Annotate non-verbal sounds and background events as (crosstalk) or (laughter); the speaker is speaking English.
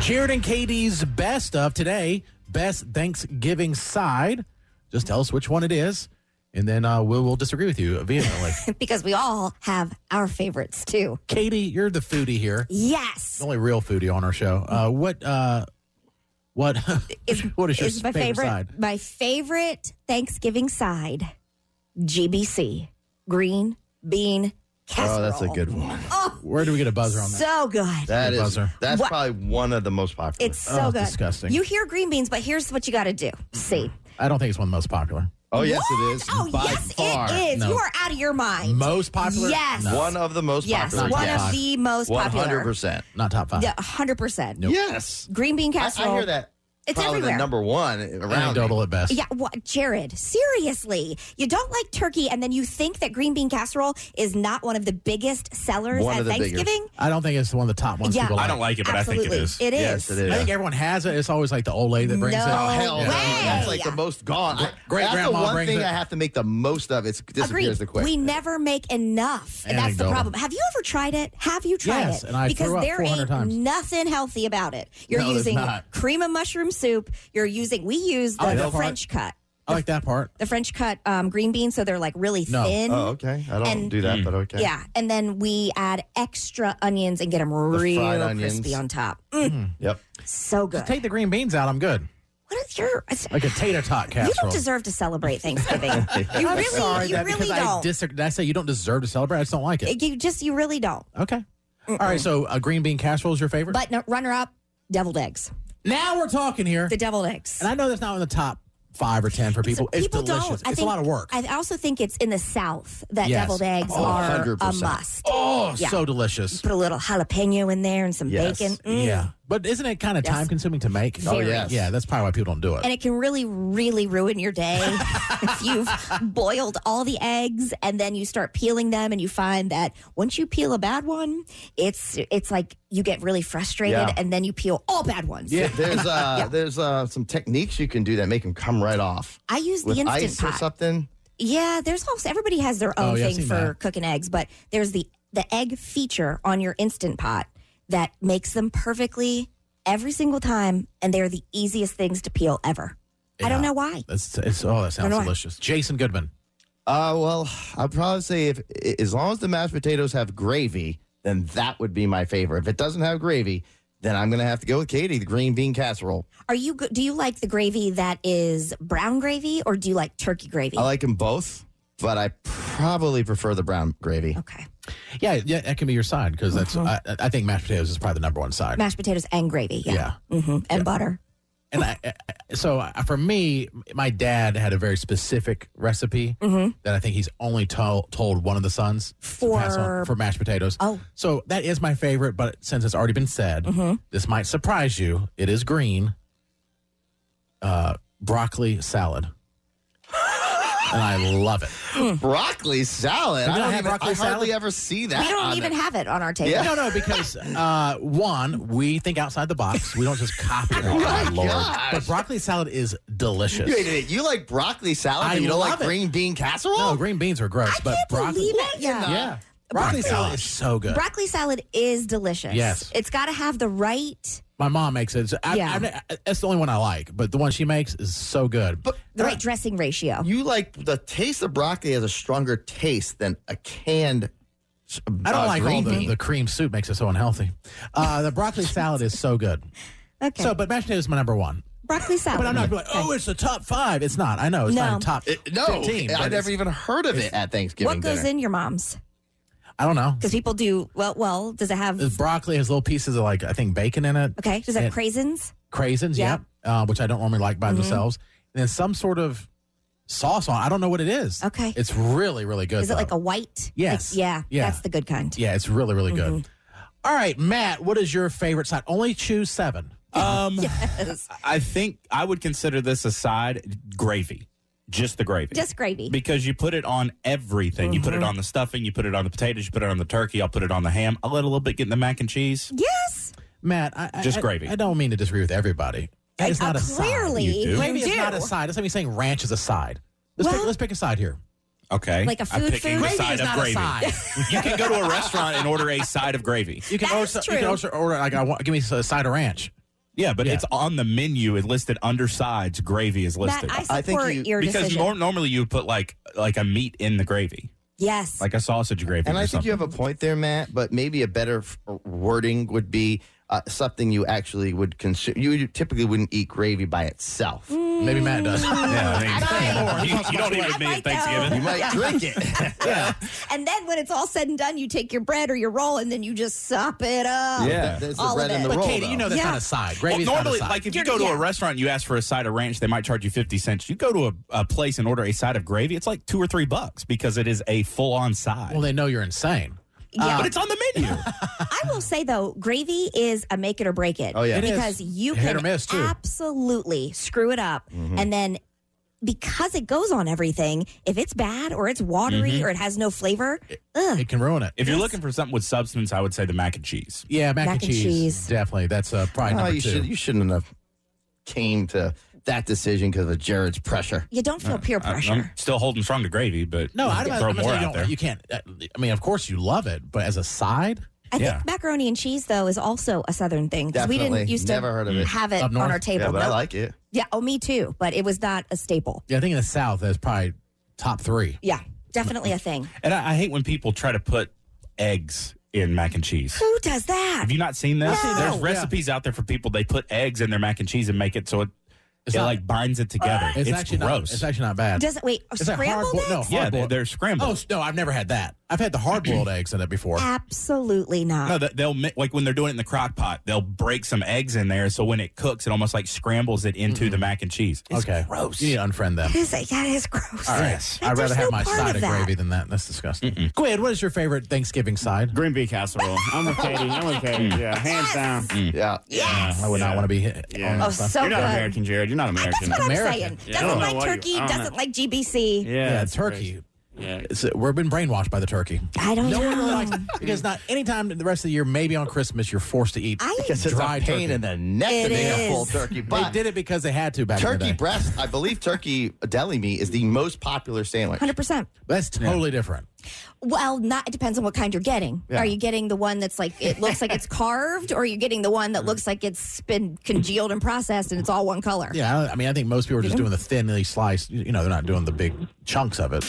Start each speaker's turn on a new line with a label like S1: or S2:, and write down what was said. S1: Jared and Katie's best of today, best Thanksgiving side. Just tell us which one it is, and then uh, we'll, we'll disagree with you
S2: (laughs)
S1: vehemently.
S2: because we all have our favorites too.
S1: Katie, you're the foodie here,
S2: Yes.
S1: the only real foodie on our show. Uh, what uh, what (laughs) what is your favorite,
S2: my favorite
S1: side?
S2: my favorite Thanksgiving side? GBC, green bean casserole.
S3: Oh, that's a good one.
S1: Where do we get a buzzer on that?
S2: So good.
S3: That
S1: Good
S3: is
S1: buzzer.
S3: that's
S2: What-
S3: probably one of the most popular.
S2: it's so
S1: Oh,
S2: good.
S1: disgusting.
S2: You hear green beans, but here's what you got to do. See.
S1: I don't think it's one of the most popular.
S3: Mm-hmm. oh yes, it is.
S2: Oh,
S3: by
S2: yes,
S3: far.
S2: it is.
S1: No.
S2: You are out of your mind.
S1: Most popular?
S2: Yes.
S1: No,
S3: One of the most
S2: yes,
S3: popular.
S2: one
S1: yes.
S2: of the most
S3: One hundred
S2: popular.
S3: percent.
S1: not top five.
S2: Yeah, 100%.
S3: Yes.
S2: Green bean
S3: I,
S2: casserole.
S3: I hear that.
S2: It's
S3: probably
S2: everywhere.
S3: the number one around. me.
S1: Anecdotal at best.
S2: Yeah, what, Jared? Seriously, you don't like turkey, and then you think that green bean casserole is not one of the biggest sellers
S3: One
S2: at
S3: of the biggest.
S2: Thanksgiving?
S1: I don't think it's one of the top ones
S2: Yeah.
S1: people like.
S4: I don't like it, but
S2: Absolutely,
S4: I think it is.
S2: It is.
S3: Yes, it is.
S1: I think everyone has it. It's always like the old lady that brings
S2: No.
S1: it.
S3: Oh, hell
S2: Way.
S3: no. That's like the most gone. I-
S1: Great
S3: that's the
S1: grandma
S3: one
S1: brings
S3: thing
S1: it.
S3: I have to make the most of. It's disappears
S2: Agreed.
S3: the quick.
S2: We never make enough, and that's the
S1: Anecdotal.
S2: problem. Have you ever tried it? Have you tried
S1: Yes,
S2: it?
S1: and I
S2: because
S1: threw up
S2: there
S1: 400
S2: ain't
S1: times.
S2: nothing healthy about it. You're
S1: No, there's
S2: using
S1: not.
S2: cream of mushroom soup. You're using. We use the,
S1: I like
S2: the
S1: that part.
S2: French cut.
S1: I like that part.
S2: The French cut um, green beans, so they're like really
S1: No.
S2: thin.
S3: oh, okay. I don't
S2: And-
S3: do that, but okay.
S2: Yeah, and then we add extra onions and get them real
S3: onions.
S2: crispy on top. Mm,
S3: Yep.
S2: so good.
S1: Just take the green beans out. I'm good.
S2: What is your? it's-
S1: Like a tater tot casserole.
S2: You don't deserve to celebrate
S1: (laughs)
S2: Thanksgiving. you really,
S1: Sorry,
S2: you
S1: that
S2: really
S1: because I
S2: don't.
S1: disagree. I say you don't deserve to celebrate. I just don't like it.
S2: you just, you really don't.
S1: Okay. All right. So a green bean casserole is your favorite.
S2: But no, runner up, deviled eggs.
S1: now we're talking here,
S2: The deviled eggs.
S1: and I know that's not in the top five or ten for people. It's,
S2: people
S1: delicious.
S2: don't.
S1: It's
S2: I
S1: a
S2: think-
S1: lot of work.
S2: I also think it's in the South that
S1: Yes.
S2: deviled eggs
S3: Oh,
S2: are a
S3: 100%.
S2: must.
S1: oh,
S2: yeah.
S1: so delicious.
S2: Put a little jalapeno in there and some
S3: Yes.
S2: bacon. Mm.
S1: Yeah, but isn't it kind of
S2: Yes.
S1: time consuming to make?
S2: Oh, Very.
S3: yes.
S1: Yeah, that's probably why people don't do it.
S2: And it can really, really ruin your day if you've boiled all the eggs and then you start peeling them and you find that once you peel a bad one, it's it's like you get really frustrated
S3: Yeah.
S2: and then you peel all bad ones.
S3: Yeah. (laughs)
S2: (laughs)
S3: There's uh there's uh some techniques you can do that make them come right off
S2: I use the
S3: with
S2: instant
S3: ice or
S2: pot.
S3: something.
S2: Yeah, there's also everybody has their own
S1: Oh, yeah, I've
S2: thing
S1: seen
S2: for
S1: that.
S2: cooking eggs, but there's the the egg feature on your instant pot that makes them perfectly every single time, and they're the easiest things to peel ever. I don't
S1: Yeah.
S2: know why.
S1: That's it's oh, that sounds
S2: know why.
S1: delicious. Jason Goodman.
S3: Uh, well, I'd probably say if as long as the mashed potatoes have gravy, then that would be my favorite. If it doesn't have gravy, then I'm gonna have to go with Katie, the green bean casserole.
S2: Are you go- do you like the gravy that is brown gravy, or do you like turkey gravy?
S3: I like them both, but I probably prefer the brown
S1: (laughs)
S3: gravy.
S2: okay,
S1: Yeah, yeah, that can be your side because that's.
S2: Uh-huh.
S1: I, I think mashed potatoes is probably the number one side.
S2: mashed potatoes and gravy. Yeah, hmm and butter.
S1: and I, I- so I- for me, my dad had a very specific recipe
S3: Mm-hmm.
S1: that I think he's only told told one of the sons to pass
S2: For-
S1: on for mashed potatoes.
S2: Oh.
S1: so that is my favorite. But since it's already been said,
S3: Mm-hmm.
S1: this might surprise you. It is green uh, broccoli salad, and I love it.
S3: Broccoli salad.
S1: don't
S3: I don't
S1: have
S3: even,
S1: broccoli
S3: I hardly
S1: salad?
S3: ever see that.
S2: We don't
S3: on
S2: even
S3: it.
S2: have it on our table.
S3: Yeah.
S1: No, no, because uh, one, we think outside the box. We don't just copy
S3: (laughs)
S1: it. all.
S3: Oh my gosh.
S1: But broccoli salad is delicious.
S3: (laughs) You, ate it. you like broccoli salad,
S1: I
S3: but you don't like
S1: love it.
S3: green bean casserole?
S1: No, green beans are gross, but
S2: can't
S1: broccoli.
S2: believe it. Yeah.
S1: Yeah. Broccoli salad is so good.
S2: Broccoli salad is delicious.
S1: Yes.
S2: It's got to have the right
S1: My mom makes it. So I,
S2: Yeah.
S1: yeah. that's the only one I like, but the one she makes is so good.
S3: But
S2: the right dressing ratio.
S3: you like the taste of broccoli has a stronger taste than a canned. s-
S1: I don't
S3: uh,
S1: like all
S3: green
S1: the,
S3: bean.
S1: the cream soup makes it so unhealthy. Uh, the
S2: (laughs)
S1: broccoli salad is so good.
S2: Okay.
S1: So, but mashed potatoes is my number one.
S2: broccoli salad.
S1: But I'm not like, oh, it's the top five. It's not. I know it's not
S2: No.
S1: in top
S3: It- no,
S1: 15. but
S3: I
S1: it's-
S3: never even heard of it at Thanksgiving
S2: what goes
S3: dinner.
S2: in your mom's?
S1: I don't know.
S2: Because people do well. Well, does it have?
S1: The broccoli has little pieces of like I think bacon in it.
S2: Okay. Does it have
S1: and-
S2: craisins?
S1: craisins,
S2: Yeah.
S1: yep, uh, which I don't normally like by
S2: Mm-hmm.
S1: themselves, and then some sort of sauce on. I don't know what it is.
S2: Okay.
S1: it's really really good.
S2: Is it like
S1: though.
S2: a white?
S1: Yes.
S2: Like- yeah,
S1: Yeah.
S2: That's the good kind.
S1: Yeah, it's really really good.
S2: Mm-hmm.
S1: All right, Matt, what is your favorite side? Only choose seven.
S2: (laughs)
S4: Um,
S2: Yes.
S4: I think I would consider this a side gravy, just the gravy.
S2: Just gravy.
S4: because you put it on everything. You
S3: Mm-hmm.
S4: put it on the stuffing, you put it on the potatoes, you put it on the turkey, I'll put it on the ham. I'll let a little bit get in the mac and cheese.
S2: yes.
S1: Matt, I, I-
S4: Just
S1: I-
S4: gravy.
S1: I don't mean to disagree with everybody. That is
S2: Uh,
S1: not a side.
S2: clearly,
S4: You do.
S2: you
S1: Gravy is
S2: do.
S1: not a side. That's like me saying ranch is a side. Let's, pick,
S2: Well-
S1: let's pick a side here.
S4: Okay.
S2: Like a
S4: I'm
S2: food
S4: picking
S2: food?
S4: the
S2: Gravy
S4: side
S1: is
S4: of
S1: not a
S4: gravy.
S1: side.
S4: (laughs) you can go to a restaurant and order a side of gravy.
S1: You can
S2: That is
S1: also
S2: true.
S1: you can also order like I want give me a side of ranch.
S4: Yeah, but
S1: Yeah.
S4: it's on the menu. It's listed under sides. Gravy is
S2: Matt,
S4: listed
S2: I
S3: I think
S2: support
S3: you-
S2: your
S4: because
S2: decision.
S4: nor- normally you would put like like a meat in the gravy,
S2: yes.
S4: like a sausage gravy.
S3: And
S4: or
S3: I think
S4: something.
S3: you have a point there, Matt. But maybe a better f- uh, wording would be uh, something you actually would consume. You typically wouldn't eat gravy by itself.
S2: Mm.
S1: Maybe Matt does.
S4: Mm.
S1: (laughs)
S4: Yeah, I mean,
S2: might.
S4: (laughs) you, you don't
S2: I
S4: even mean
S2: might, though.
S3: You
S4: Thanksgiving.
S3: might drink
S2: (laughs)
S3: it.
S2: and then when it's all said and done, you take your bread or your roll and then you just sop it up.
S4: Yeah.
S3: That- that's
S2: All
S3: the
S2: of
S3: bread and
S2: it.
S3: the
S2: But
S3: roll.
S1: Katie, you
S3: though.
S1: know that's
S2: Yeah.
S1: not a side.
S4: Well,
S1: Gravy's
S4: normally,
S1: not a side.
S4: like if you
S2: You're-
S4: go to
S2: yeah.
S4: a restaurant and you ask for a side of ranch, they might charge you 50 cents. You go to a, a place and order a side of gravy, it's like two or three bucks because it is a full on side.
S1: well, they know you're insane.
S2: Yeah.
S4: but it's on the
S1: (laughs)
S4: menu.
S2: I will say though, gravy is a make it or break it.
S3: Oh, yeah. It
S1: is.
S2: because you
S1: Hit
S2: can
S1: or miss, too.
S2: absolutely screw it up, and then because it goes on everything, if it's bad or it's watery or it has no flavor, ugh,
S1: It can ruin it.
S4: if you're looking for something with substance, I would say the mac and cheese.
S1: Yeah, mac, and, cheese,
S2: cheese.
S1: Definitely. That's uh, probably
S3: Oh,
S1: number
S3: you,
S1: two.
S3: should, you shouldn't have came to that decision because of Jared's pressure.
S2: you don't feel peer
S4: I- I'm
S2: pressure.
S4: still holding strong to gravy, but
S1: No, I don't.
S4: throw
S1: I'm not
S4: more
S1: saying you
S4: out
S1: don't-
S4: there.
S1: You can't. uh, I mean, of course you love it, but as a side,
S2: I
S4: Yeah.
S2: think macaroni and cheese though is also a southern thing 'cause we
S3: Definitely.
S2: didn't used to
S3: Never heard of it.
S2: have it
S1: Up
S2: on
S1: north?
S2: our table.
S3: Yeah, but I
S2: Nope.
S3: like it.
S2: Yeah, oh me too, but it was not a staple.
S1: yeah, I think in the South that's probably top three.
S2: Yeah, definitely a thing.
S4: and I, I hate when people try to put eggs in mac and cheese.
S2: Who does that?
S4: Have you not seen this?
S2: No.
S4: There's
S1: Yeah.
S4: recipes out there for people they put eggs in their mac and cheese and make it so it,
S1: It's
S4: it
S1: not-
S4: like binds it together.
S1: It's, actually
S4: gross.
S1: Not, it's actually not bad.
S2: Does it wait?
S1: Is that hard
S2: Scrambled
S1: boiled? No,
S2: eggs?
S4: yeah,
S1: hard
S4: they're,
S1: boiled.
S4: they're scrambled.
S1: oh s- no, I've never had that. I've had the hard boiled eggs in it before.
S2: Ah, Absolutely not.
S4: No, they- they'll mi- like when they're doing it in the crock pot, they'll break some eggs in there, so when it cooks, it almost like scrambles it into
S5: Mm-hmm.
S4: the mac and cheese. It's
S1: okay,
S4: gross.
S1: You need to unfriend them.
S2: That is, that is gross.
S4: Yes.
S2: Like,
S1: I'd
S2: there's
S1: rather have
S2: no
S1: my
S2: part
S1: side of,
S2: that.
S1: gravy Uh, than that. That's disgusting. Quid, what is your favorite Thanksgiving side?
S5: Green bean casserole. I'm with Katie. I'm with Katie. Yeah, hands down.
S1: Hmm.
S3: Yeah.
S2: Yes.
S1: I would not
S5: Yeah.
S1: want to be hit.
S5: Yeah.
S1: on
S2: Oh,
S1: this stuff.
S2: so
S5: You're not
S2: good.
S5: American, Jared. You're not
S2: That's
S5: American.
S2: what I'm
S1: American.
S2: saying.
S5: Yeah. I
S2: Doesn't
S5: don't know
S2: like
S5: what you-
S2: turkey.
S5: I don't
S2: doesn't
S5: know.
S2: like GBC.
S5: yeah,
S1: yeah,
S5: it's
S1: turkey.
S5: Yeah.
S1: It's- uh, we've been brainwashed by the turkey.
S2: I don't
S1: No
S2: know.
S1: one really likes because not any time the rest of the year, maybe on Christmas, you're forced to eat.
S2: I-
S3: Because it's
S1: Dry
S3: a pain
S1: turkey.
S3: in the neck
S2: It
S3: to make a full
S2: is.
S3: turkey.
S1: they
S3: But
S1: did it because they had to back in the
S3: turkey
S1: day.
S3: breast, I believe turkey deli meat is the most popular sandwich.
S2: Hundred percent.
S1: That's totally different.
S2: Well, not. It depends on what kind you're getting.
S3: Yeah.
S2: Are you getting the one that's like it looks like
S1: (laughs)
S2: it's carved, or are you getting the one that looks like it's been congealed and processed and it's all one color?
S1: Yeah, I I mean, I think most people are just doing the thinly sliced. You know, they're not doing the big chunks of it.